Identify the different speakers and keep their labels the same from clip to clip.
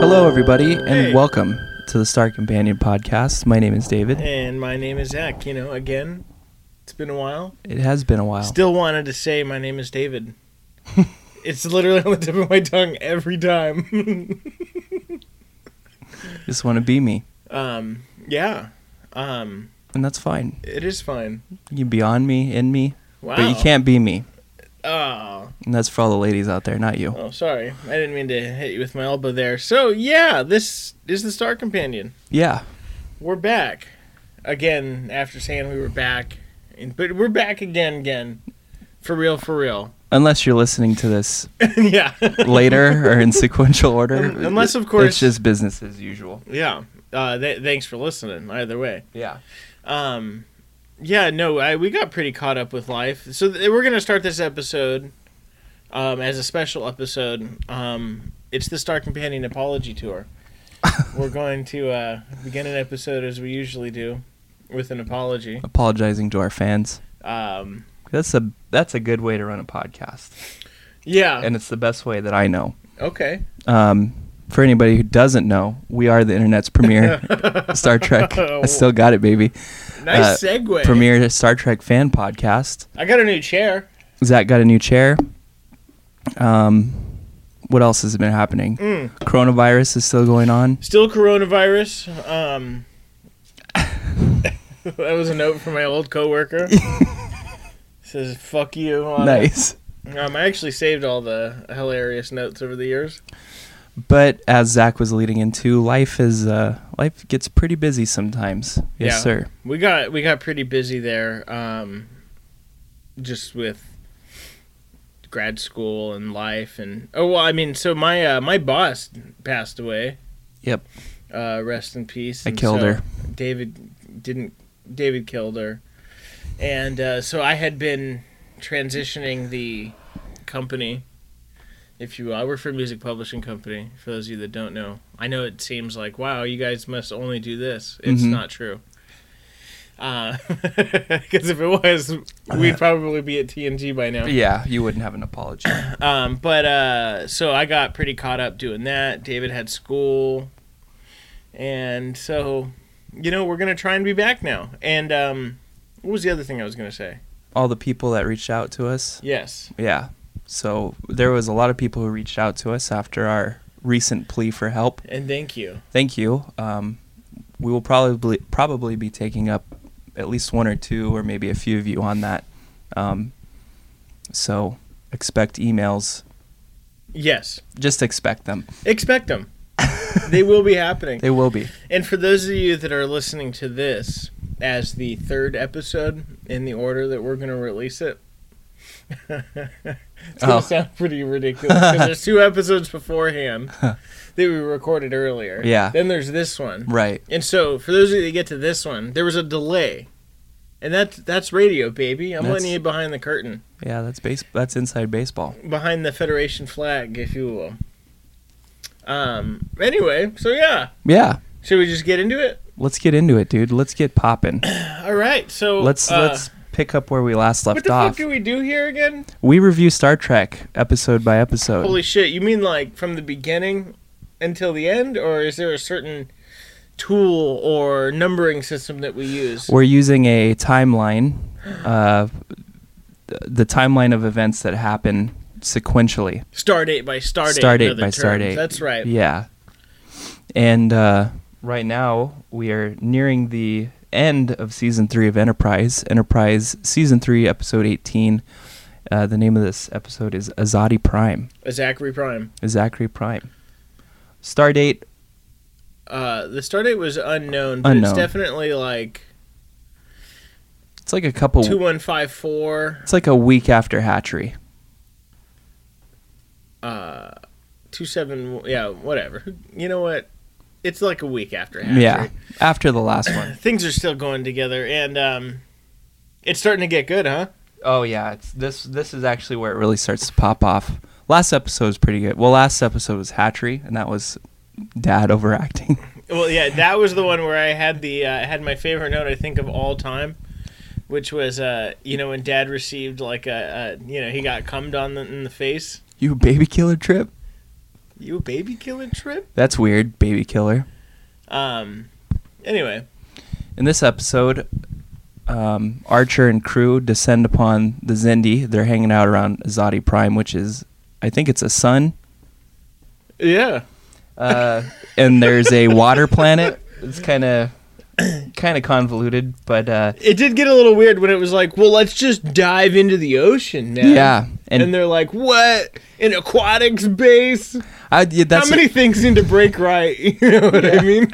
Speaker 1: Hello, everybody, and welcome to the Star Companion podcast. My name is David.
Speaker 2: And my name is Zach. You know, again, it's been a while.
Speaker 1: It has been a while.
Speaker 2: Still wanted to say my name is David. it's literally on the tip of my tongue every time.
Speaker 1: Just want to be me,
Speaker 2: um, yeah. Um,
Speaker 1: and that's fine.
Speaker 2: it is fine.
Speaker 1: You can be on me, in me, but you
Speaker 2: Wow.
Speaker 1: can't be me.
Speaker 2: Oh,
Speaker 1: And that's for all the ladies out there, not you.
Speaker 2: oh, sorry. I didn't mean to hit you with my elbow there. So, yeah, this is the Star Companion.
Speaker 1: Yeah,
Speaker 2: We're back. Again, after saying we were back. And- But we're back again, again. For real, for real.
Speaker 1: unless you're listening to this
Speaker 2: yeah.
Speaker 1: later or in sequential order.
Speaker 2: Um, unless, of course-
Speaker 1: it's just business as usual.
Speaker 2: yeah. Uh, th- thanks for listening, either way.
Speaker 1: Yeah.
Speaker 2: Um, yeah, no, I, we got pretty caught up with life. So th- we're gonna start this episode um, as a special episode. Um, it's the Star Companion Apology Tour. we're going to uh, begin an episode as we usually do with an apology.
Speaker 1: Apologizing to our fans.
Speaker 2: Um,
Speaker 1: That's a that's a good way to run a podcast,
Speaker 2: yeah.
Speaker 1: and it's the best way that I know.
Speaker 2: okay.
Speaker 1: Um, for anybody who doesn't know, we are the internet's premier Star Trek. I still got it, baby.
Speaker 2: Nice
Speaker 1: uh,
Speaker 2: segue.
Speaker 1: Premier Star Trek fan podcast.
Speaker 2: I got a new chair.
Speaker 1: Zach got a new chair. Um, what else has been happening?
Speaker 2: Mm.
Speaker 1: Coronavirus is still going on.
Speaker 2: Still coronavirus. Um, that was a note from my old coworker. Says "fuck you" on it.
Speaker 1: Nice.
Speaker 2: Um, I actually saved all the hilarious notes over the years.
Speaker 1: But as Zach was leading into, life is uh, life gets pretty busy sometimes. Yes,
Speaker 2: Yeah.
Speaker 1: sir.
Speaker 2: We got we got pretty busy there, um, just with grad school and life and oh well, I mean, so my uh, my boss passed away.
Speaker 1: Yep.
Speaker 2: Uh, rest in peace.
Speaker 1: I
Speaker 2: and
Speaker 1: killed
Speaker 2: so
Speaker 1: her.
Speaker 2: David didn't. David killed her, and uh, so I had been transitioning the company, if you will. I work for a music publishing company. For those of you that don't know, I know it seems like wow, you guys must only do this. It's
Speaker 1: Mhm.
Speaker 2: not true. Because Uh, if it was, we'd probably be at TNG by now.
Speaker 1: Yeah, you wouldn't have an apology.
Speaker 2: Um, but uh, so I got pretty caught up doing that. David had school, and so you know we're gonna try and be back now. And um, what was the other thing I was gonna say?
Speaker 1: All the people that reached out to us.
Speaker 2: Yes,
Speaker 1: Yeah. So there was a lot of people who reached out to us after our recent plea for help.
Speaker 2: and thank you.
Speaker 1: Thank you. Um, we will probably probably be taking up at least one or two or maybe a few of you on that. Um, so expect emails.
Speaker 2: Yes,
Speaker 1: Just expect them.
Speaker 2: expect them. they will be happening.
Speaker 1: They will be.
Speaker 2: And for those of you that are listening to this as the third episode in the order that we're gonna release it. it's gonna
Speaker 1: Oh.
Speaker 2: sound pretty ridiculous 'cause there's two episodes beforehand that we recorded earlier.
Speaker 1: Yeah.
Speaker 2: Then there's this one.
Speaker 1: Right.
Speaker 2: And so, for those of you that get to this one, there was a delay And that's that's radio, baby. I'm
Speaker 1: That's-
Speaker 2: letting you behind the curtain,
Speaker 1: Yeah, that's base. That's inside baseball.
Speaker 2: behind the Federation flag, if you will. Um. Anyway, so yeah,
Speaker 1: Yeah,
Speaker 2: should we just get into it?
Speaker 1: let's get into it, dude. Let's get popping.
Speaker 2: All right. So
Speaker 1: Let's
Speaker 2: uh,
Speaker 1: let's pick up where we last
Speaker 2: What
Speaker 1: left
Speaker 2: the
Speaker 1: off.
Speaker 2: fuck do we do here again?
Speaker 1: we review Star Trek episode by episode.
Speaker 2: Holy shit! You mean like from the beginning until the end, or is there a certain tool or numbering system that we use?
Speaker 1: We're using a timeline, uh, th- the timeline of events that happen sequentially.
Speaker 2: Stardate by stardate.
Speaker 1: Stardate
Speaker 2: in other
Speaker 1: by
Speaker 2: terms.
Speaker 1: stardate.
Speaker 2: That's right.
Speaker 1: Yeah. And uh, right now we are nearing the end of season three of Enterprise. Enterprise season three, episode eighteen. Uh, the name of this episode is Azadi Prime.
Speaker 2: A Zachary Prime.
Speaker 1: Zachary Prime. Stardate.
Speaker 2: Uh, the stardate was unknown, but
Speaker 1: Unknown.
Speaker 2: it's definitely like
Speaker 1: It's like a couple.
Speaker 2: two one five four
Speaker 1: it's like a week after Hatchery.
Speaker 2: two seven. Yeah, whatever. You know what? It's like a week after. Hatchery.
Speaker 1: Yeah, after the last one.
Speaker 2: things are still going together, and um, it's starting to get good, huh?
Speaker 1: Oh yeah, it's this. This is actually where it really starts to pop off. Last episode was pretty good. Well, last episode was Hatchery, and that was Dad overacting.
Speaker 2: Well, yeah, that was the one where I had the uh, had my favorite note I think of all time, which was uh, you know when Dad received like a, a you know he got cummed on the, in the face.
Speaker 1: you baby killer trip.
Speaker 2: You a baby killing trip?
Speaker 1: That's weird, baby killer.
Speaker 2: Um. Anyway,
Speaker 1: In this episode, um, Archer and crew descend upon the Zendi. They're hanging out around Azadi Prime, which is, I think it's a sun.
Speaker 2: yeah,
Speaker 1: Uh, and there's a water planet. It's kind of, kind of convoluted, but uh,
Speaker 2: it did get a little weird when it was like, well, let's just dive into the ocean, man.
Speaker 1: Yeah,
Speaker 2: and,
Speaker 1: and-
Speaker 2: they're like, what? An aquatics base?
Speaker 1: I, yeah, that's
Speaker 2: How many things need to break right? You know what I mean?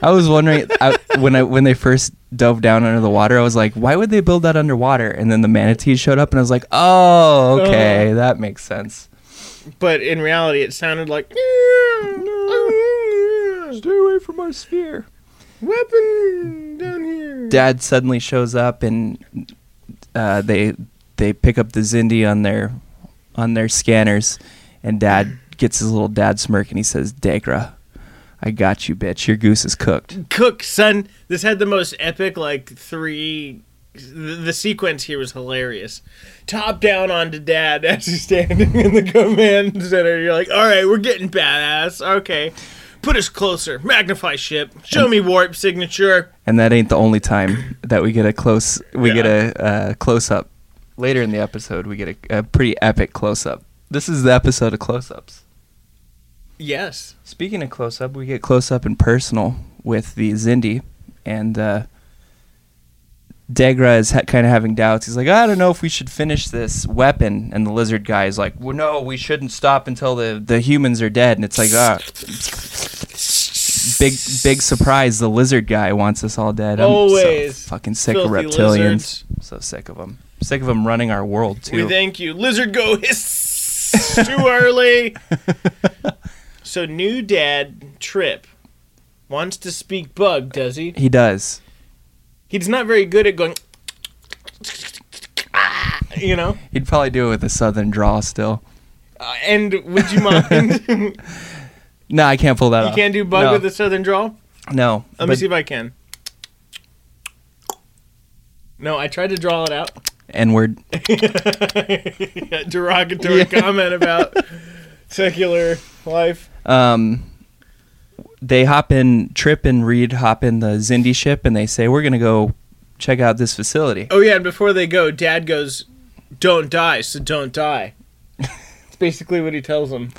Speaker 1: I was wondering I, when I when they first dove down under the water, I was like, why would they build that underwater? And then the manatees showed up, and I was like, oh, okay, that makes sense.
Speaker 2: but in reality, it sounded like.
Speaker 1: Stay away from our sphere.
Speaker 2: Weapon down here.
Speaker 1: Dad suddenly shows up, and uh, they they pick up the Zindi on their on their scanners, and Dad gets his little dad smirk, and he says, "Degra, I got you, bitch. Your goose is cooked."
Speaker 2: Cook, son. This had the most epic, like, three. The, the sequence here was hilarious. Top down onto dad as he's standing in the command center. You're like, all right, we're getting badass. Okay. Put us closer. Magnify ship. Show me warp signature.
Speaker 1: and that ain't the only time that we get a close we get a uh, close up later in the episode we get a, a pretty epic close up this is the episode of close ups
Speaker 2: Yes.
Speaker 1: speaking of close up we get close up and personal with the zindi and uh Degra is ha- kind of having doubts. He's like, I don't know if we should finish this weapon. And the lizard guy is like, Well, no, we shouldn't stop until the, the humans are dead. And it's like, ah, big big surprise. The lizard guy wants us all dead. I'm so
Speaker 2: Always.
Speaker 1: fucking sick of
Speaker 2: Filthy
Speaker 1: reptilians.
Speaker 2: lizards.
Speaker 1: So sick of them. Sick of them running our world too.
Speaker 2: We thank you. Lizard go hiss too early. so new dad trip wants to speak bug, does he?
Speaker 1: he does.
Speaker 2: He's not very good at going you know.
Speaker 1: He'd probably do it with a southern drawl still.
Speaker 2: Uh, and would you mind? you
Speaker 1: No, I can't pull that off.
Speaker 2: can't do bug
Speaker 1: no.
Speaker 2: with a southern drawl?
Speaker 1: No.
Speaker 2: Let me
Speaker 1: but-
Speaker 2: see if I can. No, I tried to draw it out.
Speaker 1: And we're
Speaker 2: Yeah, derogatory comment about secular life.
Speaker 1: um they hop in Trip and Reed hop in the Zindi ship and they say, We're gonna go check out this facility.
Speaker 2: Oh yeah, and before they go, Dad goes, "Don't die, so don't die." It's basically what he tells them.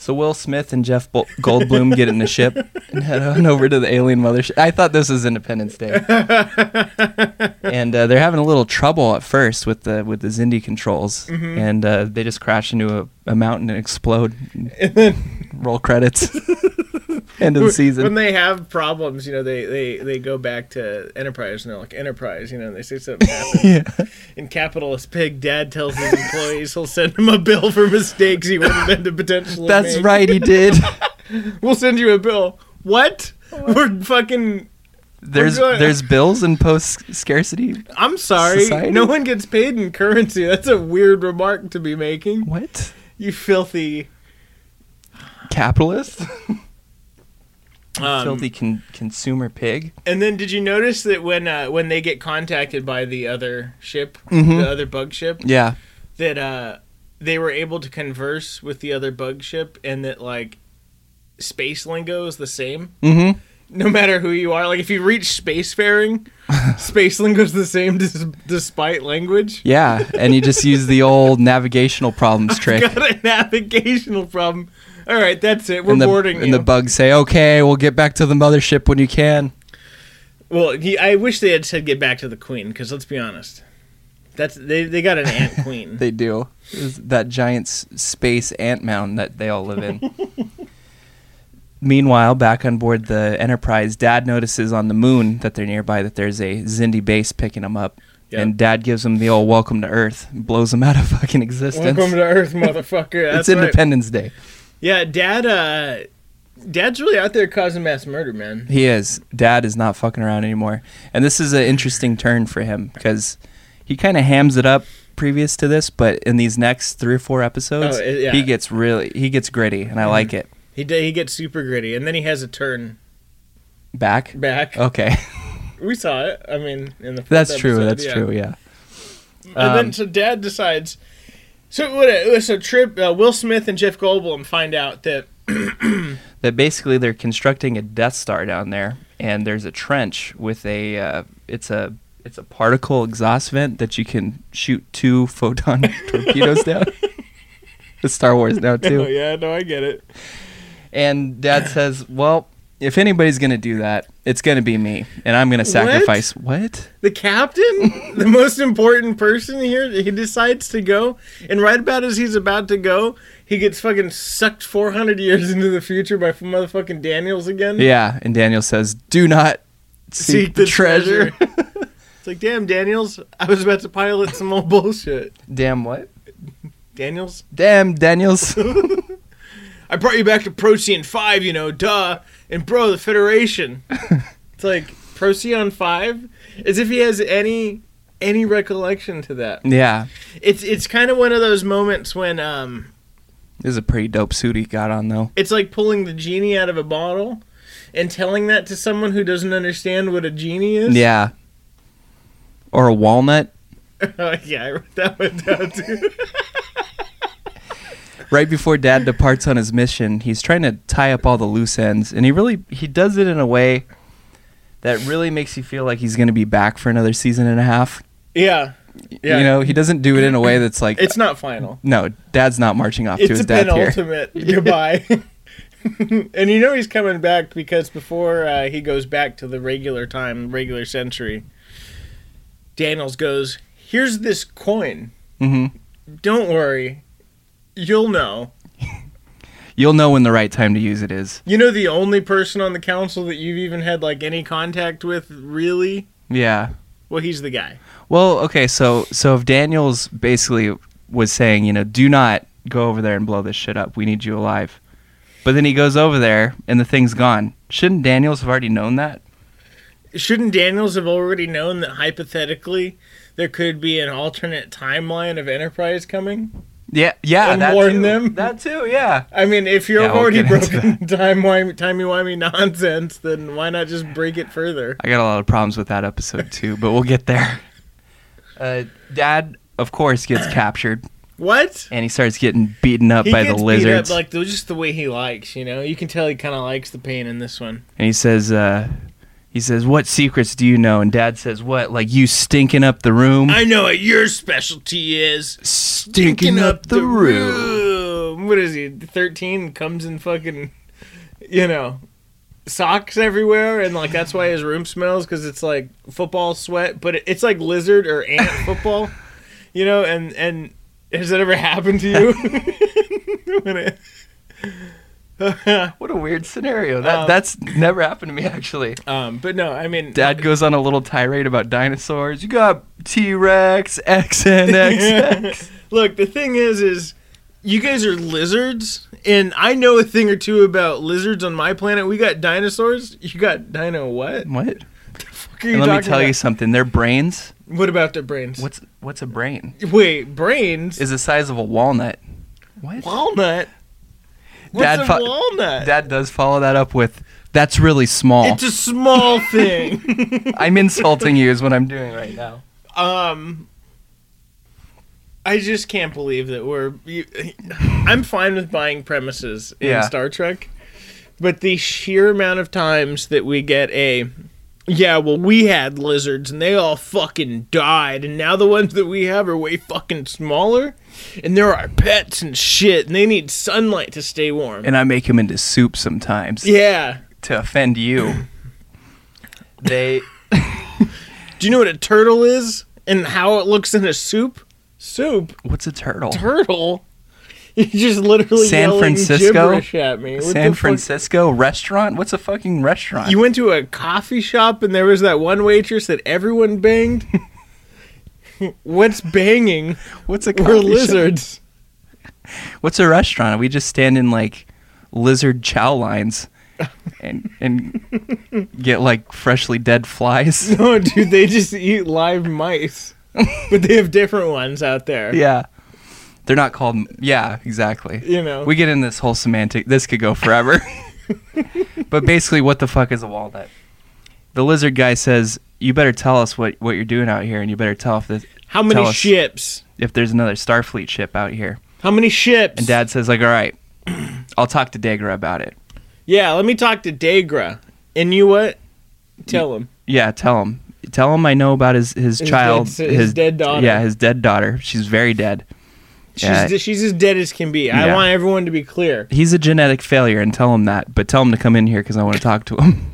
Speaker 1: So Will Smith and Jeff Bol- Goldblum get in the ship and head on over to the alien mothership. I thought this was Independence Day, and uh, they're having a little trouble at first with the with the Zindi controls,
Speaker 2: Mm-hmm.
Speaker 1: and uh, they just crash into a, a mountain and explode. And roll credits. End of the
Speaker 2: When
Speaker 1: season.
Speaker 2: they have problems, you know, they they they go back to Enterprise and they're like, "Enterprise," you know, and they say something happens. In capitalist pig, Dad tells his employees he'll send him a bill for mistakes he wouldn't have to potentially.
Speaker 1: That's
Speaker 2: make.
Speaker 1: right, he did.
Speaker 2: We'll send you a bill. What? We're fucking
Speaker 1: There's
Speaker 2: going-
Speaker 1: there's bills and post scarcity.
Speaker 2: I'm sorry.
Speaker 1: Society?
Speaker 2: No one gets paid in currency. That's a weird remark to be making.
Speaker 1: What
Speaker 2: You filthy.
Speaker 1: capitalist?
Speaker 2: Um,
Speaker 1: Filthy con- consumer pig.
Speaker 2: And then, did you notice that when uh, when they get contacted by the other ship,
Speaker 1: Mm-hmm.
Speaker 2: the other bug ship,
Speaker 1: Yeah.
Speaker 2: that uh, they were able to converse with the other bug ship, and that like space lingo is the same,
Speaker 1: Mm-hmm.
Speaker 2: no matter who you are. Like if you reach spacefaring, space lingo is the same dis- despite language.
Speaker 1: Yeah, and you just use the old navigational problems trick.
Speaker 2: Got a navigational problem. All right, that's it. We're
Speaker 1: and the,
Speaker 2: boarding
Speaker 1: and
Speaker 2: you.
Speaker 1: the bugs say, "Okay, we'll get back to the mothership when you can."
Speaker 2: Well, he, I wish they had said get back to the queen because let's be honest, that's they they got an ant queen.
Speaker 1: They do. It's that giant s- space ant mound that they all live in. Meanwhile, back on board the Enterprise, Dad notices on the moon that they're nearby that there's a Zindi base picking them up.
Speaker 2: Yep.
Speaker 1: And Dad gives them the old welcome to Earth, and blows them out of fucking existence.
Speaker 2: Welcome to Earth, motherfucker.
Speaker 1: it's
Speaker 2: That's right.
Speaker 1: Independence Day.
Speaker 2: Yeah, Dad. Uh, Dad's really out there causing mass murder, man.
Speaker 1: He is. Dad is not fucking around anymore. And this is an interesting turn for him because he kind of hams it up previous to this, but in these next three or four episodes,
Speaker 2: Oh, it- yeah. Mm-hmm.
Speaker 1: he gets really he gets gritty, and I like it.
Speaker 2: He d- he gets super gritty, and then he has a turn
Speaker 1: Back.
Speaker 2: back.
Speaker 1: Okay,
Speaker 2: We saw it. I mean, in the
Speaker 1: Oh. that's
Speaker 2: fourth
Speaker 1: true.
Speaker 2: episode,
Speaker 1: That's
Speaker 2: yeah.
Speaker 1: true. Yeah. Um,
Speaker 2: And then so Dad decides. So what? So Trip, uh, Will Smith, and Jeff Goldblum find out that
Speaker 1: That basically they're constructing a Death Star down there, and there's a trench with a uh, it's a it's a particle exhaust vent that you can shoot two photon torpedoes down. It's Star Wars now too.
Speaker 2: Oh yeah, no, I get it.
Speaker 1: And dad says, Well, if anybody's going to do that, it's going to be me. And I'm going to sacrifice. What?
Speaker 2: The captain, the most important person here, he decides to go, and right about as he's about to go, he gets fucking sucked 400 years into the future by motherfucking Daniels again.
Speaker 1: Yeah. And Daniel says, Do not seek, the, treasure.
Speaker 2: it's like, damn, Daniels, I was about to pilot some old bullshit.
Speaker 1: Damn what?
Speaker 2: Daniels,
Speaker 1: Damn, Daniels.
Speaker 2: I brought you back to Procyon 5, you know, duh, and bro, the Federation. it's like, Procyon 5? As if he has any any recollection to that.
Speaker 1: yeah.
Speaker 2: It's it's kind of one of those moments when um
Speaker 1: This is a pretty dope suit he got on, though.
Speaker 2: It's like pulling the genie out of a bottle and telling that to someone who doesn't understand what a genie is.
Speaker 1: Yeah. Or a walnut.
Speaker 2: Oh, yeah, I wrote that one down too.
Speaker 1: Right before dad departs on his mission, he's trying to tie up all the loose ends. And he really, he does it in a way that really makes you feel like he's going to be back for another season and a half.
Speaker 2: yeah. Yeah.
Speaker 1: You know, he doesn't do it in a way that's like,
Speaker 2: It's not final.
Speaker 1: No, dad's not marching off to
Speaker 2: It's
Speaker 1: his
Speaker 2: a
Speaker 1: death here.
Speaker 2: penultimate goodbye. and you know he's coming back because before uh, he goes back to the regular time, regular century, Daniels goes, Here's this coin.
Speaker 1: Mhm.
Speaker 2: Don't worry. You'll know.
Speaker 1: You'll know when the right time to use it is.
Speaker 2: You know the only person on the council that you've even had like any contact with, really?
Speaker 1: Yeah.
Speaker 2: Well, he's the guy.
Speaker 1: Well, okay, so so if Daniels basically was saying, you know, do not go over there and blow this shit up. We need you alive. But then he goes over there and the thing's gone. Shouldn't Daniels have already known that?
Speaker 2: Shouldn't Daniels have already known that hypothetically there could be an alternate timeline of Enterprise coming?
Speaker 1: Yeah, yeah,
Speaker 2: And
Speaker 1: that
Speaker 2: warn
Speaker 1: too.
Speaker 2: them?
Speaker 1: That too, yeah.
Speaker 2: I mean, if you're
Speaker 1: Yeah, we'll
Speaker 2: already
Speaker 1: get into
Speaker 2: broken time timey wimey nonsense, then why not just break it further?
Speaker 1: I got a lot of problems with that episode too, but we'll get there. Uh, Dad, of course, gets captured
Speaker 2: What?
Speaker 1: and he starts getting beaten up
Speaker 2: He
Speaker 1: by
Speaker 2: gets
Speaker 1: the
Speaker 2: beat
Speaker 1: lizards.
Speaker 2: up like the, just the way he likes, you know. You can tell he kind of likes the pain in this one.
Speaker 1: and he says uh he says what secrets do you know and dad says what like you stinking up the room
Speaker 2: I know what your specialty is.
Speaker 1: stinking
Speaker 2: room. What is he? Thirteen comes in fucking, you know, socks everywhere, and like that's why his room smells because it's like football sweat, but it, it's like lizard or ant football, you know. And and has that ever happened to you? When it-
Speaker 1: what a weird scenario that that's never happened to me actually
Speaker 2: um, but no, I mean,
Speaker 1: dad goes on a little tirade about dinosaurs you got t-rex x and x
Speaker 2: look, the thing is, is you guys are lizards, and I know a thing or two about lizards on my planet. We got dinosaurs. You got dino what?
Speaker 1: what
Speaker 2: fuck are you
Speaker 1: And let me
Speaker 2: talking
Speaker 1: tell you
Speaker 2: about?
Speaker 1: something. Their brains.
Speaker 2: What about their brains?
Speaker 1: What's what's a brain?
Speaker 2: Wait, brains?
Speaker 1: Is the size of a walnut. What?
Speaker 2: walnut? What's
Speaker 1: Dad
Speaker 2: a
Speaker 1: fo-
Speaker 2: walnut?
Speaker 1: Dad does follow that up with, "That's really small."
Speaker 2: it's a small thing.
Speaker 1: I'm insulting you is what I'm doing right now.
Speaker 2: um, I just can't believe that we're. You, I'm fine with buying premises in
Speaker 1: Yeah.
Speaker 2: Star Trek, but the sheer amount of times that we get a. Yeah, well, we had lizards and they all fucking died, and now the ones that we have are way fucking smaller, and they're our pets and shit, and they need sunlight to stay warm.
Speaker 1: And I make him into soup sometimes
Speaker 2: yeah.
Speaker 1: to offend you. They
Speaker 2: Do you know what a turtle is and how it looks in a soup? Soup?
Speaker 1: What's a turtle?
Speaker 2: Turtle? You're just literally
Speaker 1: San
Speaker 2: yelling
Speaker 1: Francisco?
Speaker 2: gibberish at me. What the
Speaker 1: San
Speaker 2: fuck-
Speaker 1: Francisco restaurant? What's a fucking restaurant?
Speaker 2: You went to a coffee shop and there was that one waitress that everyone banged? What's banging?
Speaker 1: What's a
Speaker 2: We're
Speaker 1: coffee shop?
Speaker 2: lizards.
Speaker 1: What's a restaurant? We just stand in like lizard chow lines and and get like freshly dead flies.
Speaker 2: No, dude, they just eat live mice. but they have different ones out there.
Speaker 1: yeah. They're not called Yeah, exactly.
Speaker 2: You know.
Speaker 1: We get in this whole semantic. This could go forever. but basically, what the fuck is a walnut? The lizard guy says, "You better tell us what, what you're doing out here, and you better tell if this,
Speaker 2: How many
Speaker 1: tell us
Speaker 2: ships?
Speaker 1: if there's another Starfleet ship out here."
Speaker 2: How many ships?
Speaker 1: And Dad says, "Like, all right, I'll talk to Dagra about it.
Speaker 2: yeah, let me talk to Dagra. And you what? Tell him.
Speaker 1: Yeah, tell him, tell him I know about his his,
Speaker 2: His
Speaker 1: child,
Speaker 2: dead si- his dead daughter.
Speaker 1: Yeah, his dead daughter. She's very dead.
Speaker 2: She's,
Speaker 1: Yeah.
Speaker 2: she's as dead as can be. I
Speaker 1: Yeah.
Speaker 2: want everyone to be clear.
Speaker 1: He's a genetic failure, and tell him that. But tell him to come in here because I want to talk to him.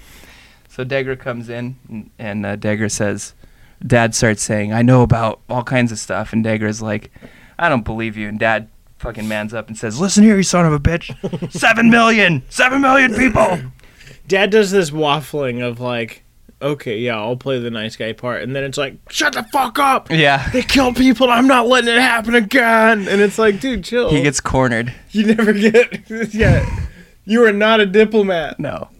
Speaker 1: so Degra comes in, and, and uh, Degra says, "Dad starts saying, I know about all kinds of stuff," and Degra's like, "I don't believe you." And Dad fucking mans up and says, "Listen here, you son of a bitch! Seven million, seven million people."
Speaker 2: Dad does this waffling of like, okay, yeah, I'll play the nice guy part, and then it's like, shut the fuck up.
Speaker 1: Yeah,
Speaker 2: They kill people. I'm not letting it happen again. And it's like, dude, chill.
Speaker 1: he gets cornered.
Speaker 2: you never get. yeah, you are not a diplomat.
Speaker 1: No,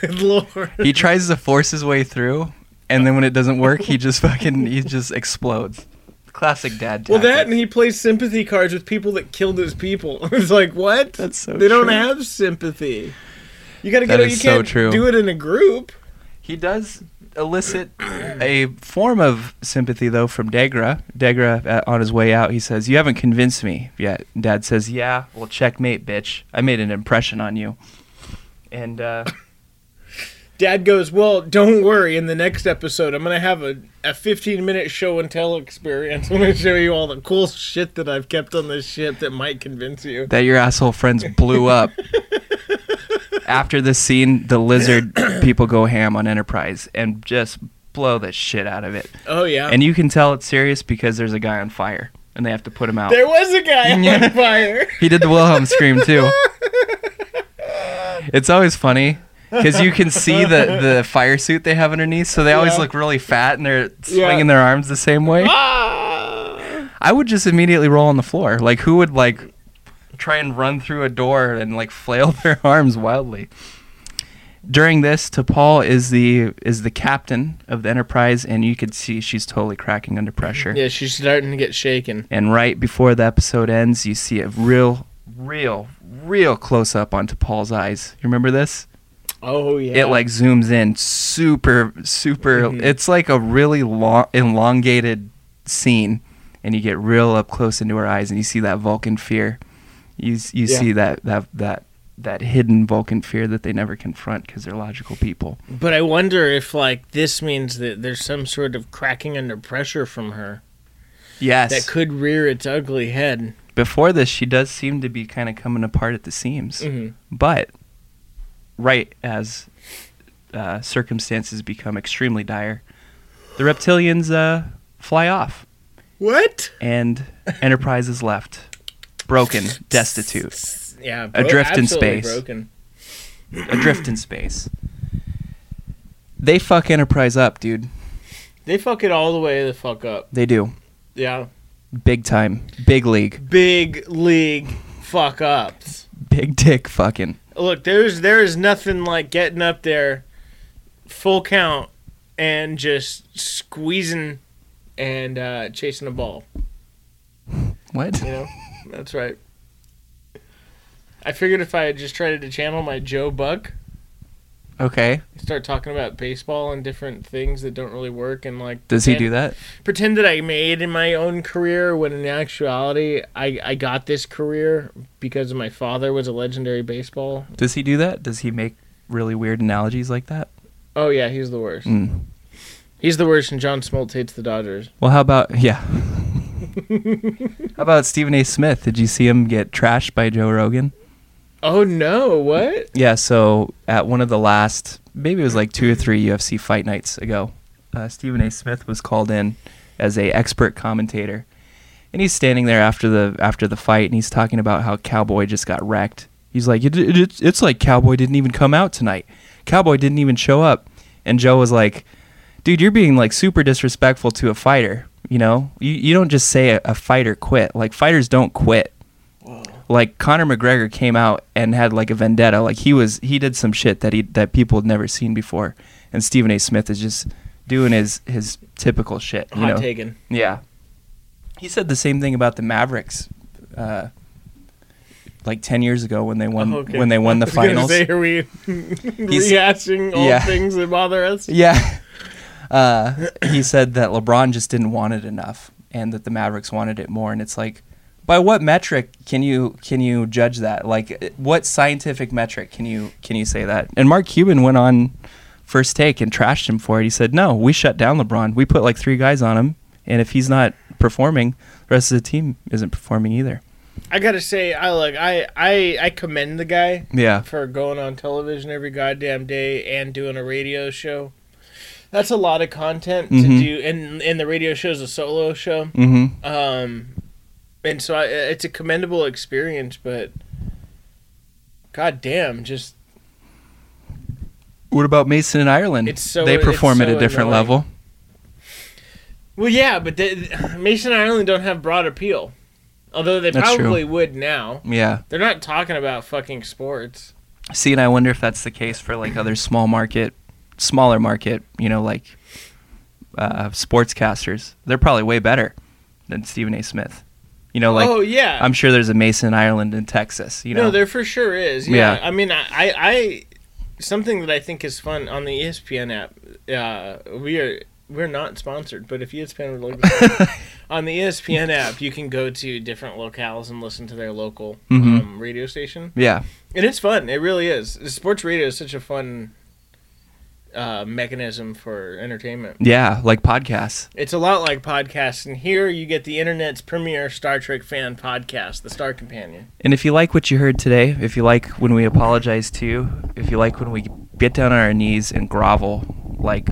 Speaker 2: Good lord.
Speaker 1: he tries to force his way through, and then when it doesn't work, he just fucking he just explodes. Classic dad.
Speaker 2: Well, that
Speaker 1: tactic.
Speaker 2: and he plays sympathy cards with people that killed his people. it's like what?
Speaker 1: That's so
Speaker 2: They don't
Speaker 1: true.
Speaker 2: have sympathy. You gotta
Speaker 1: That
Speaker 2: get. it.
Speaker 1: is
Speaker 2: you
Speaker 1: so
Speaker 2: can't
Speaker 1: true.
Speaker 2: do it in a group.
Speaker 1: He does elicit a form of sympathy, though, from Degra. Degra, uh, on his way out, he says, You haven't convinced me yet. And Dad says, Yeah, well, checkmate, bitch. I made an impression on you. And uh,
Speaker 2: Dad goes, Well, don't worry. In the next episode, I'm going to have a, a 15 minute show and tell experience. I'm going to show you all the cool shit that I've kept on this ship that might convince you.
Speaker 1: that your asshole friends blew up. After this scene, the lizard people go ham on Enterprise and just blow the shit out of it.
Speaker 2: Oh, yeah.
Speaker 1: And you can tell it's serious because there's a guy on fire and they have to put him out.
Speaker 2: there was a guy on fire.
Speaker 1: He did the Wilhelm scream too. It's always funny because you can see the the fire suit they have underneath, so they always
Speaker 2: Yeah.
Speaker 1: look really fat and they're
Speaker 2: Yeah.
Speaker 1: swinging their arms the same way.
Speaker 2: Ah!
Speaker 1: I would just immediately roll on the floor. Like who would like try and run through a door and like flail their arms wildly? During this, T'Pol is the is the captain of the Enterprise, and you could see she's totally cracking under pressure.
Speaker 2: Yeah, she's starting to get shaken.
Speaker 1: And right before the episode ends, you see a real, real, real close up onto Paul's eyes. You remember this?
Speaker 2: Oh, yeah. Mhm.
Speaker 1: It like zooms in super, super. It's like a really long, elongated scene, and you get real up close into her eyes, and you see that Vulcan fear. You s- you
Speaker 2: Yeah.
Speaker 1: see that that that that hidden Vulcan fear that they never confront because they're logical people.
Speaker 2: But I wonder if, like, this means that there's some sort of cracking under pressure from her
Speaker 1: Yes.
Speaker 2: that could rear its ugly head.
Speaker 1: before this, she does seem to be kind of coming apart at the seams.
Speaker 2: Mhm.
Speaker 1: But right as uh, circumstances become extremely dire, the reptilians uh, fly off,
Speaker 2: What?
Speaker 1: and Enterprise is left broken, destitute,
Speaker 2: Yeah. bro-
Speaker 1: Adrift in
Speaker 2: absolutely
Speaker 1: space.
Speaker 2: Broken.
Speaker 1: adrift in space. They fuck Enterprise up, dude.
Speaker 2: They fuck it all the way the fuck up.
Speaker 1: They do.
Speaker 2: Yeah.
Speaker 1: Big time. Big league.
Speaker 2: big league fuck ups.
Speaker 1: Big dick fucking.
Speaker 2: Look, there's there is nothing like getting up there, full count, and just squeezing and uh, chasing a ball.
Speaker 1: What?
Speaker 2: You know, that's right. I figured if I had just tried to channel my Joe Buck,
Speaker 1: Okay.
Speaker 2: start talking about baseball and different things that don't really work, and like
Speaker 1: Does he
Speaker 2: pretend-
Speaker 1: do that?
Speaker 2: Pretend that I made in my own career when in actuality I I got this career because my father was a legendary baseball.
Speaker 1: Does he do that? Does he make really weird analogies like that?
Speaker 2: Oh yeah, he's the worst.
Speaker 1: Mm.
Speaker 2: He's the worst, and John Smoltz hates the Dodgers.
Speaker 1: Well, how about yeah? how about Stephen A. Smith? Did you see him get trashed by Joe Rogan?
Speaker 2: Oh no, what?
Speaker 1: Yeah, so at one of the last, maybe it was like two or three UFC fight nights ago, uh, Stephen A. Smith was called in as a expert commentator, and he's standing there after the after the fight, and he's talking about how Cowboy just got wrecked. He's like, it, it, it's- it's like Cowboy didn't even come out tonight. Cowboy didn't even show up, and Joe was like, dude, you're being like super disrespectful to a fighter. You know, you you don't just say a, a fighter quit. Like fighters don't quit like Conor McGregor came out and had like a vendetta. Like he was he did some shit that he that people had never seen before. And Stephen A. Smith is just doing his his typical shit. You
Speaker 2: Hot
Speaker 1: know?
Speaker 2: taken.
Speaker 1: Yeah. He said the same thing about the Mavericks, uh, like ten years ago when they won
Speaker 2: Oh, okay.
Speaker 1: when they won the
Speaker 2: I was gonna
Speaker 1: finals.
Speaker 2: say, are we rehashing all
Speaker 1: yeah.
Speaker 2: things that bother us?
Speaker 1: Yeah. Uh, he said that LeBron just didn't want it enough and that the Mavericks wanted it more. And it's like, by what metric can you can you judge that? Like, what scientific metric can you can you say that? And Mark Cuban went on first take and trashed him for it. He said, "No, we shut down LeBron. We put like three guys on him, and if he's not performing, the rest of the team isn't performing either."
Speaker 2: I gotta say, I look, I, I, I commend the guy
Speaker 1: Yeah,
Speaker 2: for going on television every goddamn day and doing a radio show. That's a lot of content
Speaker 1: Mhm.
Speaker 2: to do, and and the radio show's a solo show.
Speaker 1: hmm
Speaker 2: Um, and so I, it's a commendable experience, but goddamn, just
Speaker 1: What about Mason in Ireland?
Speaker 2: It's so-
Speaker 1: they
Speaker 2: it's
Speaker 1: perform at
Speaker 2: so
Speaker 1: a different
Speaker 2: annoying.
Speaker 1: level.
Speaker 2: well, yeah, but they, Mason and Ireland don't have broad appeal, although they
Speaker 1: That's true.
Speaker 2: probably would now.
Speaker 1: Yeah.
Speaker 2: They're not talking about fucking sports.
Speaker 1: See, and I wonder if that's the case for like other small market, smaller market, you know, like uh, sportscasters. They're probably way better than Stephen A. Smith. You know, like
Speaker 2: oh yeah,
Speaker 1: I'm sure there's a Mason in Ireland and Texas. You know,
Speaker 2: no, there for sure is. Yeah,
Speaker 1: Yeah.
Speaker 2: I mean, I, I, I, something that I think is fun on the E ESPN app. Uh, we are we're not sponsored, but if E ESPN would like on the E ESPN app, you can go to different locales and listen to their local
Speaker 1: Mm-hmm.
Speaker 2: um, radio station,
Speaker 1: yeah,
Speaker 2: and it's fun. It really is. Sports radio is such a fun uh, mechanism for entertainment.
Speaker 1: yeah, like podcasts.
Speaker 2: It's a lot like podcasts, and here you get the internet's premier Star Trek fan podcast, The Star Companion.
Speaker 1: And if you like what you heard today, if you like when we apologize to you, if you like when we get down on our knees and grovel, like,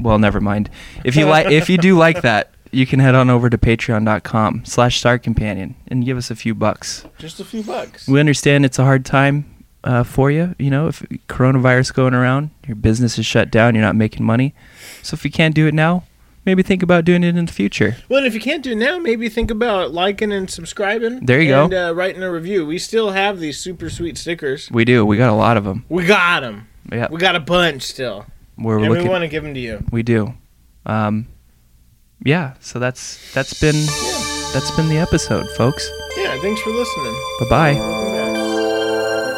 Speaker 1: well, never mind. If you like, if you do like that, you can head on over to Patreon.com/slash Star Companion and give us a few bucks.
Speaker 2: Just a few bucks.
Speaker 1: We understand it's a hard time uh, for you. You know, if coronavirus going around, your business is shut down, you're not making money. So if you can't do it now, maybe think about doing it in the future.
Speaker 2: Well, and if you can't do it now, maybe think about liking and subscribing.
Speaker 1: There you go.
Speaker 2: And uh, writing a review. We still have these super sweet stickers.
Speaker 1: We do. We got a lot of them.
Speaker 2: We got them.
Speaker 1: Yeah,
Speaker 2: We got a bunch still,
Speaker 1: we're
Speaker 2: and
Speaker 1: looking.
Speaker 2: we want to give them to you.
Speaker 1: we do. Um, yeah. So that's that's been that's been the episode, folks.
Speaker 2: Yeah. Thanks for listening.
Speaker 1: Bye bye.
Speaker 2: Welcome back.